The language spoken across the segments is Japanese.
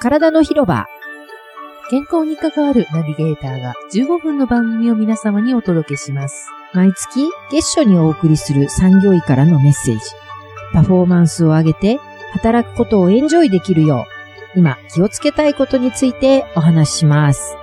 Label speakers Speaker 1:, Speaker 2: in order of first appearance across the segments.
Speaker 1: 体の広場。
Speaker 2: 健康に関わるナビゲーターが15分の番組を皆様にお届けします。
Speaker 1: 毎月月初にお送りする産業医からのメッセージ。パフォーマンスを上げて働くことをエンジョイできるよう、今気をつけたいことについてお話しします。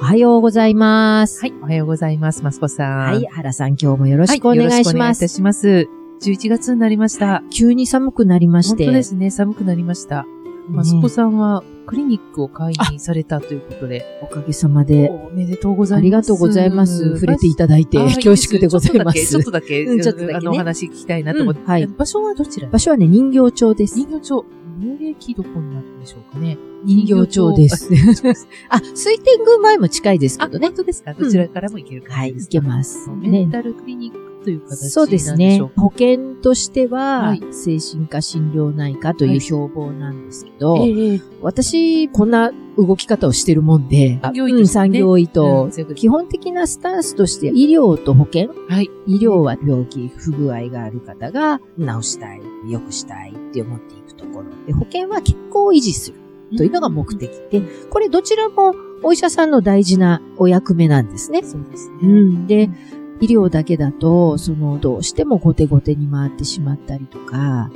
Speaker 1: おはようございます。
Speaker 2: はい、おはようございます、マスコさん。
Speaker 1: は、
Speaker 2: はいよ
Speaker 1: 原さん今日もよろしくお願いし
Speaker 2: ろくお願
Speaker 1: ま
Speaker 2: いいた
Speaker 1: す。
Speaker 2: します。11月になりました。
Speaker 1: 急に寒くなりまし
Speaker 2: 本
Speaker 1: て。
Speaker 2: 当ですね、寒くなりました。
Speaker 1: ね
Speaker 2: マスコさんはクリニックを開院されたということで、
Speaker 1: おかげさまで。
Speaker 2: おめでとうござい
Speaker 1: あ
Speaker 2: ます。
Speaker 1: りがとうございます。触れてい
Speaker 2: た
Speaker 1: ただいて
Speaker 2: あいいです
Speaker 1: 恐縮でございます
Speaker 2: ちょっ。とだ け、
Speaker 1: うんちょっとだけね
Speaker 2: あの、お話聞きたいなと思って。
Speaker 1: うんはい
Speaker 2: 場所はどちら
Speaker 1: 場所はね、人形町です。
Speaker 2: 人形町、名駅どこになるんでしょうかね。
Speaker 1: 人形町です。あ、水天宮前も近いですけ
Speaker 2: あ、
Speaker 1: どね
Speaker 2: 本。当ですかどちらからも行ける
Speaker 1: はい、
Speaker 2: 感じで
Speaker 1: 行
Speaker 2: す
Speaker 1: け
Speaker 2: か、
Speaker 1: ます。
Speaker 2: メン
Speaker 1: ね。
Speaker 2: タルクリニックという形なんでしょうか
Speaker 1: そうですね。保険としては
Speaker 2: はい、
Speaker 1: 精神科診療内科と
Speaker 2: はいいう
Speaker 1: 標榜なんですけ
Speaker 2: え
Speaker 1: ど、
Speaker 2: え
Speaker 1: 私、こんな動き方をしてるもんで、
Speaker 2: 産業医としてね
Speaker 1: うん産業医
Speaker 2: う
Speaker 1: と
Speaker 2: んそういうこと
Speaker 1: 基本的なスタンスとして、医療と保険、
Speaker 2: はい。
Speaker 1: 医療は病気、不具合がある方が治したい、良くしたいって思っていくところ。で、保険は健康を維持するというのが目的で、これどちらもお医者さんの大事なお役目なんですね。
Speaker 2: そうですね。
Speaker 1: うん。で、医療だけだと、その、どうしても後手後手に回ってしまったりとか、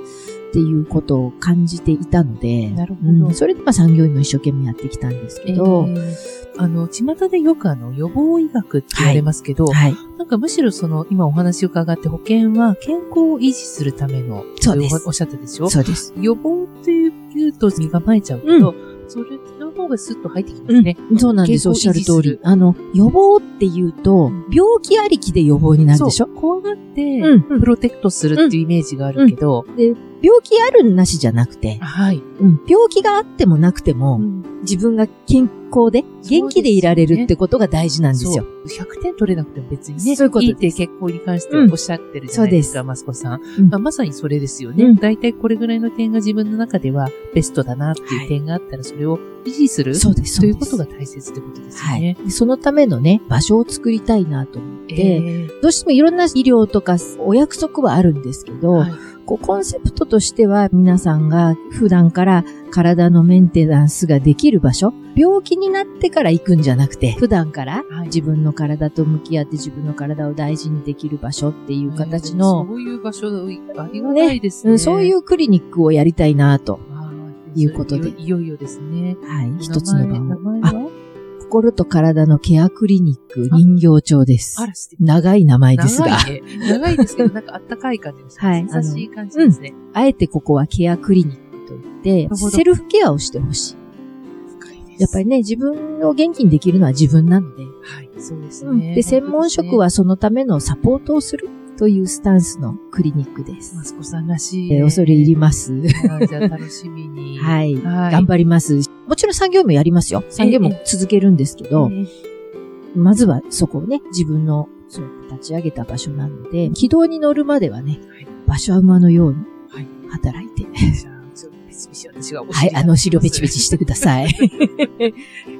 Speaker 1: っていうことを感じていたので、
Speaker 2: なるほど
Speaker 1: うんそれでまあ産業医も一生懸命やってきたんですけど、
Speaker 2: ええあの、巷でよくあの、予防医学って言われますけど、
Speaker 1: はい。
Speaker 2: なんかむしろその、今お話を伺って保険は健康を維持するための、
Speaker 1: そうです
Speaker 2: といおおっしゃったでしょ
Speaker 1: そうです。
Speaker 2: 予防っていうと身構えちゃうけど、それの方がスッと入ってきますね。
Speaker 1: うん、そうなんです。
Speaker 2: 健康
Speaker 1: おっ
Speaker 2: を
Speaker 1: しゃる
Speaker 2: 維持する
Speaker 1: 通り。あの、予防っていうと
Speaker 2: ん、
Speaker 1: 病気ありきで予防になるでしょ
Speaker 2: そう怖がって、
Speaker 1: うん。
Speaker 2: プロテクトするっていうイメージがあるけど、
Speaker 1: 病気あるなしじゃなくて、
Speaker 2: はい。
Speaker 1: うん病気があってもなくても、自分が健康で、元気でいられるってことが大事なんです
Speaker 2: そう
Speaker 1: よ。
Speaker 2: 100点取れなくても別にね、
Speaker 1: そういうこと
Speaker 2: い
Speaker 1: で
Speaker 2: っ
Speaker 1: す
Speaker 2: て結婚に関しておっしゃってるじゃないですか、マスコさん。
Speaker 1: うん
Speaker 2: まあ、まさにそれですよね、
Speaker 1: うん
Speaker 2: 大体これぐらいの点が自分の中ではベストだなっていう点があったら、それを維持する、
Speaker 1: そうですそう
Speaker 2: とい
Speaker 1: です
Speaker 2: うことが大切ってことですよ
Speaker 1: はい
Speaker 2: ね。。
Speaker 1: でそのためのね、場所を作りたいなと思って、
Speaker 2: えー
Speaker 1: どうしてもいろんな医療とかお約束はあるんですけど、
Speaker 2: はい
Speaker 1: こうコンセプトとしては皆さんが普段から体のメンテナンスができる場所、病気になってから行くんじゃなくて、普段から
Speaker 2: はい
Speaker 1: 自分の体と向き合って自分の体を大事にできる場所っていう形の、
Speaker 2: そういう場所、ありがたいです
Speaker 1: う
Speaker 2: ね。、
Speaker 1: んそういううクリニックをやりたいなと。いうことで
Speaker 2: いよいよですね。
Speaker 1: はい。一つの
Speaker 2: 名
Speaker 1: 番
Speaker 2: 前
Speaker 1: 組。
Speaker 2: 名前は
Speaker 1: 心と体のケアクリニック
Speaker 2: あ
Speaker 1: 人形町です
Speaker 2: あ。ら、素敵
Speaker 1: 長い名前ですが。
Speaker 2: 長いね。長いですけど、なんかあったかい感じですね。
Speaker 1: はい
Speaker 2: 優しい感じですね。
Speaker 1: あえてここはケアクリニックといっ
Speaker 2: る
Speaker 1: て、
Speaker 2: ほど
Speaker 1: セルフケアをしてほしい。やっぱりね、自分を元気にできるのは自分なので。
Speaker 2: はい、そうです
Speaker 1: うん
Speaker 2: ね。
Speaker 1: で、専門職はそのためのサポートをするというスタンスのクリニックです。
Speaker 2: マスコさんらしい。
Speaker 1: えー恐れ入ります。
Speaker 2: はいじゃあ楽しみに。い。
Speaker 1: はい。
Speaker 2: はい。
Speaker 1: 頑張ります。もちろん産業もやりますよ。産業も続けるんですけど、まずはそこをね、自分のそう立ち上げた場所なので、軌道に乗るまではね、
Speaker 2: はい
Speaker 1: 馬車馬のように
Speaker 2: はい
Speaker 1: 働いて、
Speaker 2: じゃあちょっとピチピチ私がお
Speaker 1: はい、あの、資料ベチベチしてくださ い。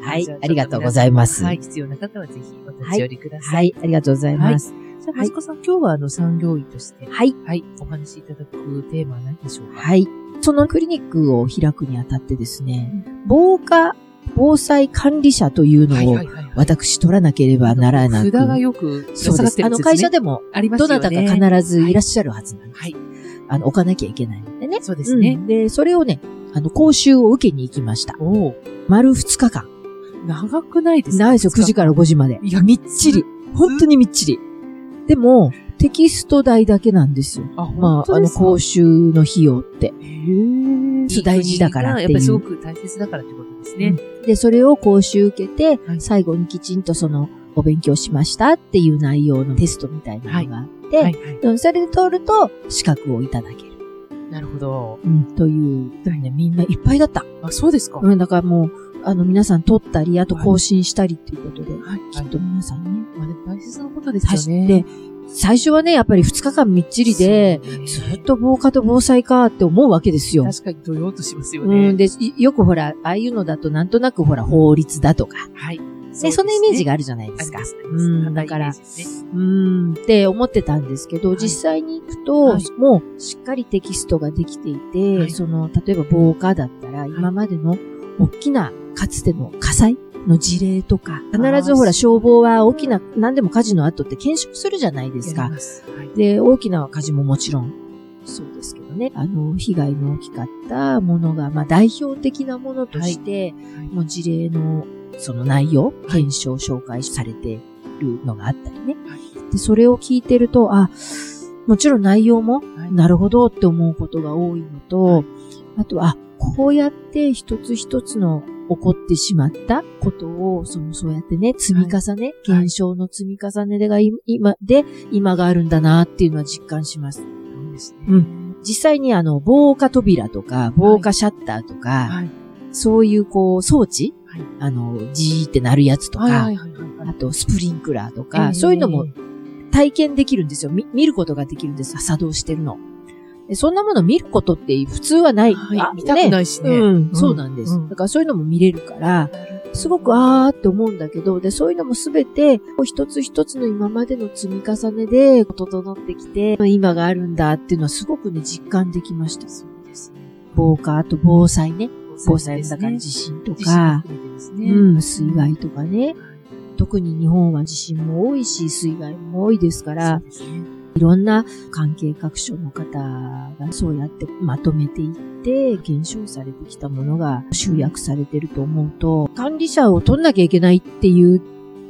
Speaker 1: はい
Speaker 2: じゃ、
Speaker 1: ありがとうございます。
Speaker 2: は、
Speaker 1: はいい、
Speaker 2: 必要な方はぜひお立ち寄りください。
Speaker 1: ありがとうございます。
Speaker 2: じゃあ、
Speaker 1: はい
Speaker 2: 息子さん、今日はあの、産業医として、
Speaker 1: はい、
Speaker 2: はい、お話しいただくテーマは何でしょうか
Speaker 1: はい。そのクリニックを開くにあたってですね、防火、防災管理者というのを
Speaker 2: いはいはい。
Speaker 1: 私取らなければならな
Speaker 2: 札
Speaker 1: く。
Speaker 2: がよく、
Speaker 1: そう
Speaker 2: 下
Speaker 1: で
Speaker 2: がっ
Speaker 1: す。
Speaker 2: て
Speaker 1: あ
Speaker 2: るや
Speaker 1: の、
Speaker 2: つですね
Speaker 1: 会社でも、
Speaker 2: あります
Speaker 1: ど
Speaker 2: よね
Speaker 1: なたか必ずいらっしゃるはずなんです。
Speaker 2: はい。
Speaker 1: あの、置かなきゃいけないのでね。
Speaker 2: そうですね
Speaker 1: う。んで、それをね、あの、講習を受けに行きました。
Speaker 2: おお
Speaker 1: 丸2日間。
Speaker 2: 長くないですか
Speaker 1: ないですよ、9時から5時まで。
Speaker 2: いや
Speaker 1: みっちり。本当にみっちり。でも、テキスト代だけなんですよ。
Speaker 2: あ、
Speaker 1: ま
Speaker 2: 本
Speaker 1: あ、
Speaker 2: 当
Speaker 1: あ
Speaker 2: で
Speaker 1: の、
Speaker 2: すか
Speaker 1: 講習の費用って。
Speaker 2: へー
Speaker 1: そう大事だからっていう
Speaker 2: やっぱりすごく大切だからってことですね。
Speaker 1: で、それを講習受けて、
Speaker 2: はい
Speaker 1: 最後にきちんとその、お勉強しましたっていう内容のテストみたいなのがあって、
Speaker 2: はいはい。
Speaker 1: うんそれで通ると、資格をいただける。
Speaker 2: なるほど。
Speaker 1: うん、という、ね、みんないっぱいだった。
Speaker 2: あ、そうですか。
Speaker 1: うん、だからもう、あの、皆さん撮ったり、あと更新したりっていうことで、
Speaker 2: はい。
Speaker 1: きっと皆さんね、
Speaker 2: まあでも大切なことです
Speaker 1: 走っ
Speaker 2: よ
Speaker 1: て、
Speaker 2: ね。
Speaker 1: 最初はね、やっぱり2日間みっちりで、
Speaker 2: そうね、
Speaker 1: ずっと防火と防災かって思うわけですよ。
Speaker 2: 確かにどよーっとしますよ
Speaker 1: うん、
Speaker 2: ね。
Speaker 1: で、いよくほら、ああいうのだとなんとなくほら、法律だとか、
Speaker 2: はい。
Speaker 1: ね、そんなイメージ
Speaker 2: が
Speaker 1: があるじゃないですか。うん、だから、
Speaker 2: そう
Speaker 1: ーん、って思ってたんですけど、
Speaker 2: はい
Speaker 1: 実際に行くと、
Speaker 2: はい
Speaker 1: もうしっかりテキストができていて、
Speaker 2: はい
Speaker 1: その、例えば防火だったら、今までの大きな、かつての火災の事例とか、必ずほら、消防は大きな、何でも火事の後って検証するじゃないで
Speaker 2: ですす
Speaker 1: か
Speaker 2: か。。はい
Speaker 1: で、大きな火事ももちろん、そうですけどね、あの、被害の大きかったものが、まあ、代表的なものとして、
Speaker 2: はい
Speaker 1: もう事例の、その内容、検証、紹介されてるのがあったりね。
Speaker 2: は
Speaker 1: で、それを聞いてると、あ、もちろん内容も、
Speaker 2: はい
Speaker 1: なるほどって思うことが多いのと、あとは、あこうやって一つ一つの起こってしまったことを、そのそうやってね、積み重ね、現象の積み重ねがい今で、今があるんだなっていうのは実感します。
Speaker 2: そうですね。
Speaker 1: う実際にあの、防火扉とか、防火シャッターとか、
Speaker 2: はい。
Speaker 1: そういうこう、装置、
Speaker 2: はい
Speaker 1: あの、ジーってなるやつとか、
Speaker 2: はいはいはいはいは
Speaker 1: あ
Speaker 2: い。
Speaker 1: とスプリンクラーとか、
Speaker 2: えー
Speaker 1: そういうのも体験できるんですよ。み見ることができるんです。作動してるの。でそんなもの見ることって普通はない。
Speaker 2: はい
Speaker 1: あ
Speaker 2: 見たくないしね
Speaker 1: うん
Speaker 2: うん
Speaker 1: そうなんです、
Speaker 2: うん
Speaker 1: だからそういうのも見れるから、すごくあーって思うんだけど、で、そういうのもすべて、こう一つ一つの今までの積み重ねで、整ってきて、今があるんだっていうのはすごくね、実感できました。
Speaker 2: そうですね。
Speaker 1: 防火、あと防災ね。防災
Speaker 2: です
Speaker 1: だ
Speaker 2: ね
Speaker 1: から地震と
Speaker 2: 地震も
Speaker 1: か、
Speaker 2: 含めてですね。
Speaker 1: うん、水害とかね。特に日本は地震も多いし、水害も多いですから、
Speaker 2: そうですね
Speaker 1: いろんな関係各所の方がそうやってまとめていって、減少されてきたものが集約されてると思うと、管理者を取んなきゃいけないっていう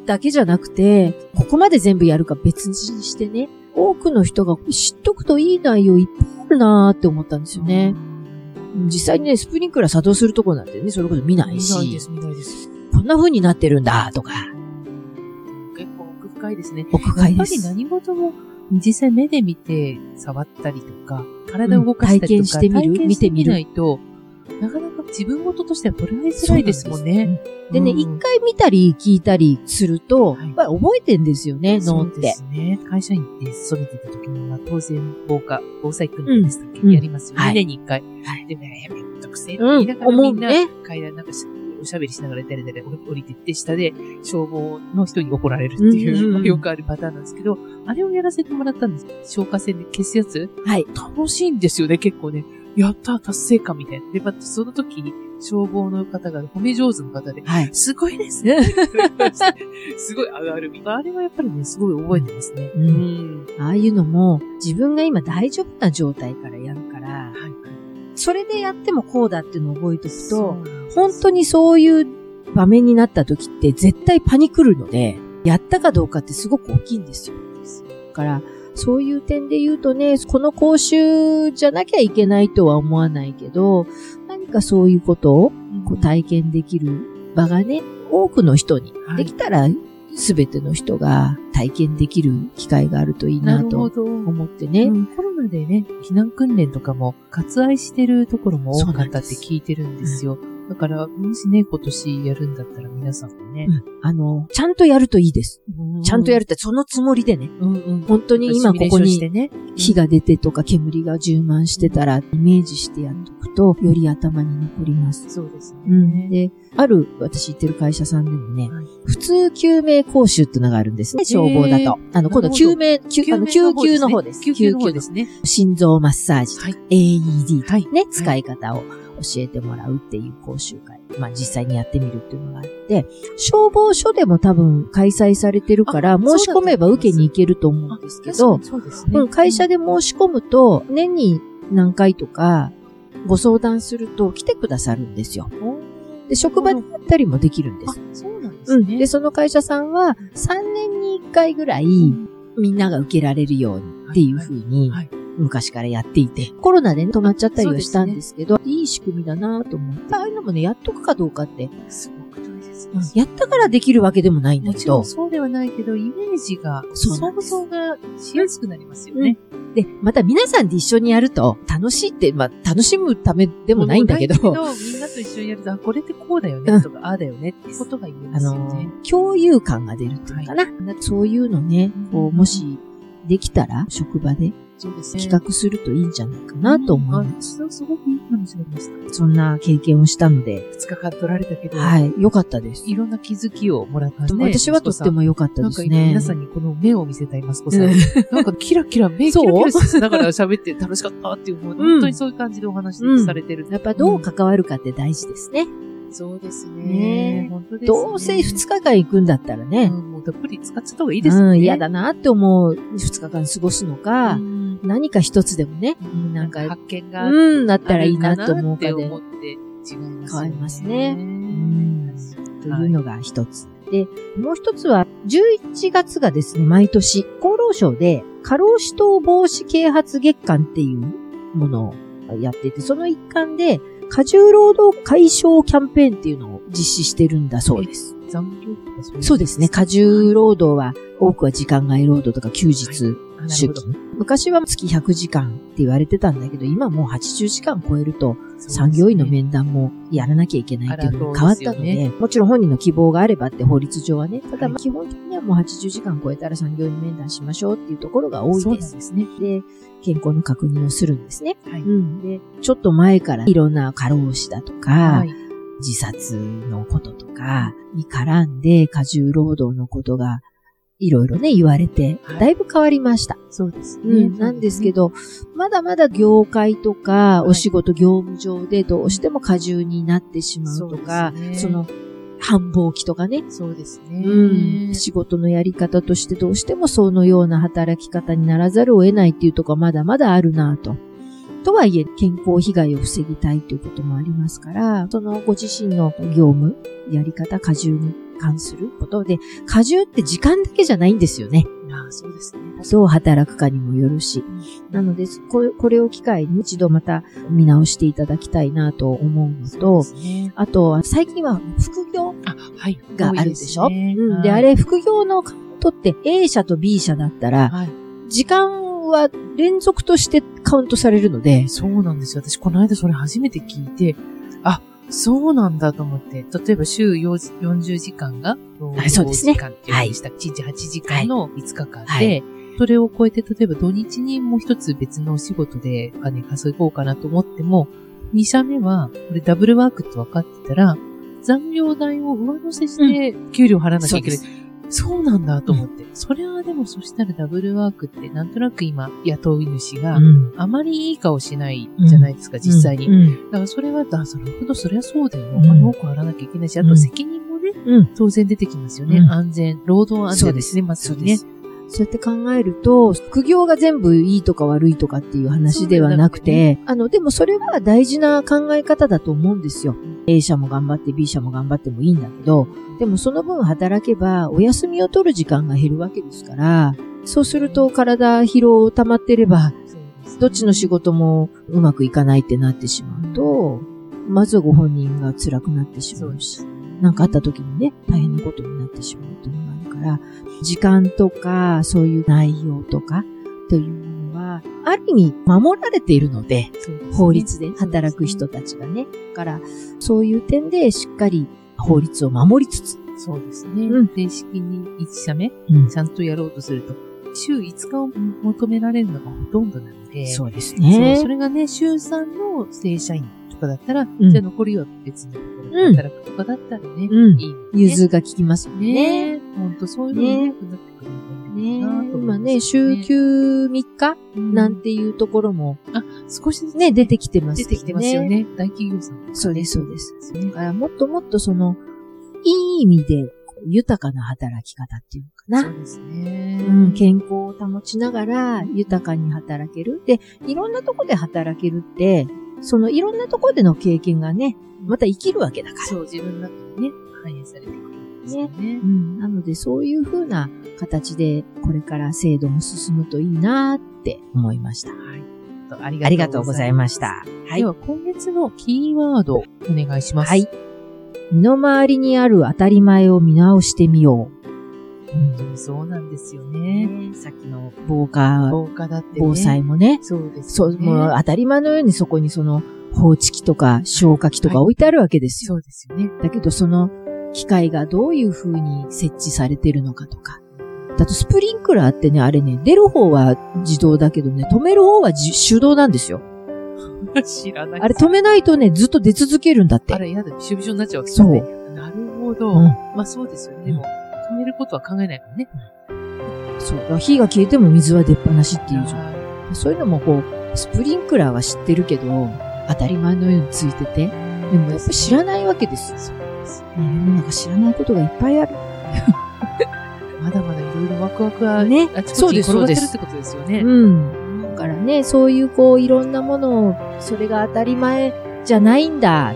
Speaker 1: だけじゃなくて、ここまで全部やるか別にしてね、多くの人が知っとくといい内容いっぱいあるなーって思ったんですよね。実際にね、スプリンクラー作動するとこなんてね、それこそ見ない
Speaker 2: 見ない
Speaker 1: し
Speaker 2: で、す、見ないです。
Speaker 1: こんな風になってるんだとか、
Speaker 2: 結構奥深いですね。
Speaker 1: 奥
Speaker 2: や
Speaker 1: 深
Speaker 2: っ
Speaker 1: い
Speaker 2: ぱ
Speaker 1: で
Speaker 2: り
Speaker 1: す。
Speaker 2: 何事も実際目で見て触ったりとか、体を動かしたりとか、
Speaker 1: うん体験してみる
Speaker 2: 体験してみ
Speaker 1: 見てみる
Speaker 2: ないと、なかなか自分事としては捉えづらいですもんね。
Speaker 1: でね、
Speaker 2: うん
Speaker 1: 一、回見たり聞いたりすると、
Speaker 2: はい
Speaker 1: やっぱり覚えてんですよね、脳っ
Speaker 2: そうで
Speaker 1: て。
Speaker 2: すね。会社員で勤めてた時には、当然、防火、防災訓練でしたっけ、
Speaker 1: うん
Speaker 2: やりますよね。
Speaker 1: はい
Speaker 2: 年に一回。
Speaker 1: は
Speaker 2: でも、ね、めんどくせえって
Speaker 1: う
Speaker 2: 言い
Speaker 1: ん
Speaker 2: なが、ら、
Speaker 1: 思
Speaker 2: み
Speaker 1: うん
Speaker 2: な
Speaker 1: ね。
Speaker 2: 階段なんかしおしゃべりしながら誰々降りてって、下で消防の人に怒られるって
Speaker 1: うんうん
Speaker 2: いうう、
Speaker 1: ん
Speaker 2: よくあるパターンなんですけど、あれをやらせてもらったんです。消火栓で消すやつ。
Speaker 1: はい。
Speaker 2: 楽しいんですよね、結構ね。やったー達成感みたいな。で、またその時に消防の方が褒め上手の方で、
Speaker 1: はい。
Speaker 2: すごいですね。 すごい上がるみたいな。あれはやっぱりね、すごい覚えてますね。
Speaker 1: うん
Speaker 2: ん。
Speaker 1: ああいうのも、自分が今大丈夫な状態からやるから、
Speaker 2: はい。
Speaker 1: それでやってもこうだっていうのを覚えておくと、
Speaker 2: と
Speaker 1: 本当にそういう場面になった時って絶対パニクるので、やったかどうかってすごく大きいんですよ。だから、そういう点で言うとね、この講習じゃなきゃいけないとは思わないけど、何かそういうことをこう体験できる場がね、多くの人に、
Speaker 2: はい
Speaker 1: できたら全ての人が体験できる機会があるといい
Speaker 2: な
Speaker 1: な
Speaker 2: るほ
Speaker 1: と
Speaker 2: ど。
Speaker 1: 思ってね。
Speaker 2: うんコロナでね、避難訓練とかも割愛してるところも多かったって聞いてるんですよ。だから、もしね、今年やるんだったら皆さんもね
Speaker 1: う、んあの、ちゃんとやるといいです。ちゃんとや
Speaker 2: る。
Speaker 1: るってそのつもりでね、
Speaker 2: うんうん。
Speaker 1: 本当に今ここ
Speaker 2: シミュレーションして
Speaker 1: に
Speaker 2: ね、
Speaker 1: 火が出てとか煙が充満してたらイメージしてやっとくと、より頭に残ります。
Speaker 2: そうですね。
Speaker 1: うん。で、ある、私行ってる会社さんでもね、
Speaker 2: はい
Speaker 1: 普通救命講習ってのがあるんですね、消防だ
Speaker 2: へー
Speaker 1: と。あの、今
Speaker 2: なるほ
Speaker 1: 度
Speaker 2: ど
Speaker 1: 救命、救
Speaker 2: 救
Speaker 1: あ
Speaker 2: 命
Speaker 1: の救急の方です。
Speaker 2: 救急の方ですね。
Speaker 1: 心臓マッサージとか、
Speaker 2: はい
Speaker 1: AED とか
Speaker 2: はい
Speaker 1: ね、使い方を教えてもらうっていう講習会。まあ実際にやってみるっていうのがあって、消防署でも多分開催されてるから、
Speaker 2: あそう
Speaker 1: 申
Speaker 2: だ
Speaker 1: し込めば受けに行けると思うんですけど、
Speaker 2: そうですね。
Speaker 1: うん、会社で申し込むと、年に何回とか、ご相談すると来てくださるんですよ。で、職場でやったりもできるんで
Speaker 2: あ
Speaker 1: す。、
Speaker 2: そうなんで
Speaker 1: う
Speaker 2: す
Speaker 1: ん。
Speaker 2: ね。
Speaker 1: で、その会社さんは、3年に1回ぐらい、みんなが受けられるようにっていう風に
Speaker 2: はいはい、
Speaker 1: 昔からやっていて、コロナでね止まっちゃったりはしたん
Speaker 2: そ
Speaker 1: で
Speaker 2: うです
Speaker 1: けど、いい仕組みだなと思って、ああいうのもね、やっとくかどうかって、
Speaker 2: すごく大切そう
Speaker 1: うんやったからできるわけでもないんだ
Speaker 2: も
Speaker 1: け
Speaker 2: ちろ
Speaker 1: ど
Speaker 2: ん、そうではないけど、イメージが、
Speaker 1: そうな
Speaker 2: 想
Speaker 1: んです
Speaker 2: 像がしやすくなりますよね。
Speaker 1: で、また皆さんで一緒にやると、楽しいって、まあ、楽しむためで
Speaker 2: で
Speaker 1: もないんだけど、
Speaker 2: みんなと一緒にやると、あ、これってこうだよ
Speaker 1: うん
Speaker 2: ね、とか、ああだよね、ってことが言えま
Speaker 1: あ
Speaker 2: すよ
Speaker 1: の
Speaker 2: ね。、
Speaker 1: 共有感が出るっていうのかな。そういうのね、こう、もし、できたら、職場で
Speaker 2: そうですね。
Speaker 1: 企画するといいんじゃないかなと思います。
Speaker 2: す。あすごくいいかもしれません。
Speaker 1: そんな経験をしたので、
Speaker 2: 2日間取られたけど、
Speaker 1: はい、良かったです。
Speaker 2: いろんな気づきをもらったね。
Speaker 1: 私はとっても良かったで
Speaker 2: なんか
Speaker 1: す
Speaker 2: 今
Speaker 1: ね。
Speaker 2: 皆さんにこの目を見せたいマスコさん。
Speaker 1: うん
Speaker 2: なんかキラキラ目キ
Speaker 1: そう
Speaker 2: ラキラしながら喋って楽しかったっていう、もう本当にそういう感じでお話
Speaker 1: うん
Speaker 2: されてる。
Speaker 1: やっぱどう関わるかって大事ですね。
Speaker 2: そうです
Speaker 1: ねえ
Speaker 2: 本当ですね
Speaker 1: どうせ2日間行くんだったらね、
Speaker 2: うんもうたっぷり使っちゃった方がいいですよ
Speaker 1: う
Speaker 2: ね。
Speaker 1: ん、嫌だなって思う2日間過ごすの
Speaker 2: う
Speaker 1: か、
Speaker 2: ん。
Speaker 1: 何か一つでもね、な
Speaker 2: なんん
Speaker 1: か
Speaker 2: か発見がある
Speaker 1: うん、なったらいい
Speaker 2: か
Speaker 1: な
Speaker 2: な
Speaker 1: と思う
Speaker 2: っ
Speaker 1: かで、
Speaker 2: て
Speaker 1: とい
Speaker 2: 思って違いますよね。
Speaker 1: 変わりますね
Speaker 2: うん
Speaker 1: うのが一つ。で、もう一つは、11月がですね、毎年、厚労省で、過労死等防止啓発月間っていうものをやっていて、その一環で、過重労働解消キャンペーンっていうのを実施してるんだそうです。
Speaker 2: 残業とかそういう
Speaker 1: そうですね。過重労働は、多くは時間外労働とか休日
Speaker 2: あなる
Speaker 1: 出
Speaker 2: ほど
Speaker 1: 勤。昔は月100時間って言われてたんだけど、今もう80時間超えると、産業医の面談もやらなきゃいけないっていうのも変わったので、
Speaker 2: あらそうで
Speaker 1: もちろん本人の希望があればって法律上はね、ただ
Speaker 2: はい
Speaker 1: 基本的にはもう80時間超えたら産業医面談しましょうっていうところが多い
Speaker 2: そう
Speaker 1: で
Speaker 2: なん
Speaker 1: す。
Speaker 2: ですね。
Speaker 1: で、健康の確認をするんですね。
Speaker 2: はい
Speaker 1: うん。で、ちょっと前からいろんな過労死だとか、
Speaker 2: はい
Speaker 1: 自殺のこととかに絡んで過重労働のことがいろいろね、言われて
Speaker 2: は、い
Speaker 1: だいぶ変わりました。
Speaker 2: そうですね。
Speaker 1: うん、なんですけど、まだまだ業界とか、お仕事業務上でどうしても過重になってしまうとか、
Speaker 2: そうです
Speaker 1: そ
Speaker 2: ね
Speaker 1: の、繁忙期とかね、
Speaker 2: そうですね。
Speaker 1: うん、仕事のやり方としてどうしてもそのような働き方にならざるを得ないっていうとこはまだまだあるなぁと。とはいえ、健康被害を防ぎたいということもありますから、そのご自身の業務、やり方、過重に関することで、過重って時間だけじゃないんですよね。
Speaker 2: ああ、そうですね。
Speaker 1: どう働くかにもよるし
Speaker 2: ん。
Speaker 1: なので、これこれを機会に一度また見直していただきたいなと思うの
Speaker 2: そう
Speaker 1: と
Speaker 2: で、すね。
Speaker 1: あとは最近は副業
Speaker 2: あ、はい。
Speaker 1: があるでしょ
Speaker 2: 多いすね
Speaker 1: うんで、
Speaker 2: は
Speaker 1: あ
Speaker 2: い
Speaker 1: れ副業のカウントって A 社と B 社だったら、
Speaker 2: はい。
Speaker 1: 時間は連続としてカウントされるので、
Speaker 2: そうなんですよ。私、この間それ初めて聞いて、あ、そうなんだと思って、例えば週4 40時間が、
Speaker 1: あそうですね
Speaker 2: 労働時間っていうのでした。1日8時間の5日間で、
Speaker 1: はい
Speaker 2: それを超えて、例えば土日にもう一つ別のお仕事でお金稼ごうかなと思っても、2社目は、これダブルワークって分かってたら、残業代を上乗せして給料払わなきゃいけない。そうなんだと思って。それはでもそしたらダブルワークってなんとなく今雇い主が
Speaker 1: ん、
Speaker 2: あまりいい顔しないじゃないですか、実際に。
Speaker 1: うん
Speaker 2: だからそれは、あ、それほど、そりゃそうだよね。
Speaker 1: う
Speaker 2: お
Speaker 1: ん
Speaker 2: 金多く払わなきゃいけないし、あ
Speaker 1: う
Speaker 2: と
Speaker 1: ん
Speaker 2: 責任もね、
Speaker 1: うん
Speaker 2: 当然出てきますよね。
Speaker 1: うん
Speaker 2: 安全、労働安
Speaker 1: そう
Speaker 2: 全
Speaker 1: で
Speaker 2: ですすね、まず
Speaker 1: そう
Speaker 2: ね。
Speaker 1: です。そうやって考えると、副業が全部いいとか悪いとかっていう話ではなく
Speaker 2: そうで
Speaker 1: て、あの、でもそれは大事な考え方だと思うんですよ。A 社も頑張って B 社も頑張ってもいいんだけど、でもその分働けばお休みを取る時間が減るわけですから、そうすると体疲労溜まってれば、
Speaker 2: そうですね
Speaker 1: どっちの仕事もうまくいかないってなってしまうと、まずご本人が辛くなってしまうし、なんかあった時にね、大変なことになってしまうというのがあるから、時間とか、そういう内容とか、というものは、ある意味守られているので、
Speaker 2: そうですね
Speaker 1: 法律で働く人たちがね。だから、そういう点でしっかり法律を守りつつ、
Speaker 2: そうですね
Speaker 1: うん。
Speaker 2: 正式に1社目、
Speaker 1: うん
Speaker 2: ちゃんとやろうとすると、週5日を求められるのがほとんどなので、
Speaker 1: うです
Speaker 2: そうそれがね、週3の正社員とかだったら、
Speaker 1: ん
Speaker 2: じゃあ残りは別のところで働くとかだったらね、
Speaker 1: うん
Speaker 2: いいのね
Speaker 1: 融通が利きますよね
Speaker 2: ねえ、ほんとそういうのね、良くなってくるのがいい
Speaker 1: ね
Speaker 2: なと思
Speaker 1: 今
Speaker 2: いま
Speaker 1: ね、
Speaker 2: すよ
Speaker 1: 週休3日
Speaker 2: うん
Speaker 1: なんていうところも
Speaker 2: 少しずつ
Speaker 1: ね、出てきてます
Speaker 2: 出
Speaker 1: よね
Speaker 2: てきてますよ。ね。大企業さん
Speaker 1: そうです、そうです。
Speaker 2: ですね
Speaker 1: だ。からもっともっとその、いい意味でこう豊かな働き方っていうのか
Speaker 2: そ
Speaker 1: な。
Speaker 2: うですね。
Speaker 1: うん、健康を保ちながら豊かに働ける。で、いろんなとこで働けるって、そのいろんなとこでの経験がね、また生きるわけだから。
Speaker 2: そう、自分の中にね、反映されてくるんですよね
Speaker 1: う。ん、なのでそういう風な形でこれから制度も進むといいなって思いました。
Speaker 2: はい。
Speaker 1: ありがとうございまし。た。は
Speaker 2: では、今月のキーワード、お願いします。
Speaker 1: はい。身の回りにある当たり前を見直してみよ
Speaker 2: 本当にそうなんですよ
Speaker 1: う。
Speaker 2: ね。
Speaker 1: さっきの防火、
Speaker 2: 防火だってね。
Speaker 1: 防災もね、
Speaker 2: そうです
Speaker 1: そ
Speaker 2: よ
Speaker 1: う、
Speaker 2: ね。
Speaker 1: もう当たり前のようにそこにその放置機とか消火器とか置いてあるわけですよ。
Speaker 2: そうですよね。
Speaker 1: だけどその機械がどういう風に設置されてるのかとか。だとスプリンクラーってね、あれね、出る方は自動だけどね、止める方は自手動なんですよ。
Speaker 2: 知らない。
Speaker 1: あれ止めないとね、ずっと出続けるんだって
Speaker 2: あ。れ、やだ、びしょびしょになっちゃうわけです
Speaker 1: そ
Speaker 2: ね。
Speaker 1: う。
Speaker 2: なるほど。
Speaker 1: うん
Speaker 2: まあそうですよね。でも、止めることは考えないからね。
Speaker 1: そう。火が消えても水は出っ放しっていうじゃん。
Speaker 2: は
Speaker 1: そういうのもこう、スプリンクラーは知ってるけど、当たり前のようについてて。でもやっぱ知らないわけですよ。
Speaker 2: いですね
Speaker 1: ね世の中知らないことがいっぱいある。
Speaker 2: まだまだいろいろワクワクは、
Speaker 1: ね
Speaker 2: あち
Speaker 1: そ
Speaker 2: こ
Speaker 1: う
Speaker 2: ち
Speaker 1: で
Speaker 2: に
Speaker 1: す
Speaker 2: 転がってる
Speaker 1: そうです
Speaker 2: ってことですよね。
Speaker 1: うん。だからね、そういうこう、いろんなものを、それが当たり前じゃないんだ。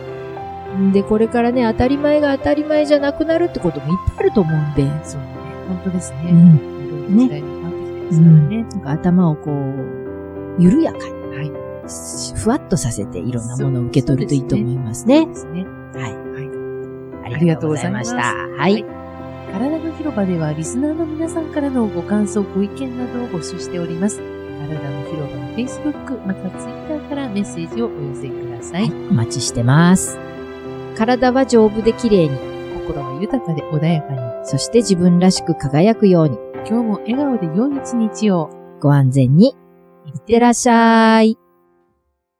Speaker 1: で、これからね、当たり前が当たり前じゃなくなるってこともいっぱいあると思うんで。
Speaker 2: そうね。本当です
Speaker 1: う
Speaker 2: ね。
Speaker 1: ん。
Speaker 2: ね。時代になってきてますからね。
Speaker 1: なんか頭をこう、緩やかに。
Speaker 2: はい
Speaker 1: ふわっとさせて、いろんなものを受け取るといいと思いますね。
Speaker 2: ですね。
Speaker 1: はい。はい。
Speaker 2: ありがとうございました
Speaker 1: はい。
Speaker 2: 体の広場ではリスナーの皆さんからのご感想、ご意見などを募集しております。体の広場の Facebook、または Twitter からメッセージをお寄せくださ
Speaker 1: はいい。。お待ちしてます。体は丈夫で綺麗に、
Speaker 2: 心が豊かで穏やかに、
Speaker 1: そして自分らしく輝くように、
Speaker 2: 今日も笑顔で良い一日を。
Speaker 1: ご安全に、いってらっしゃい。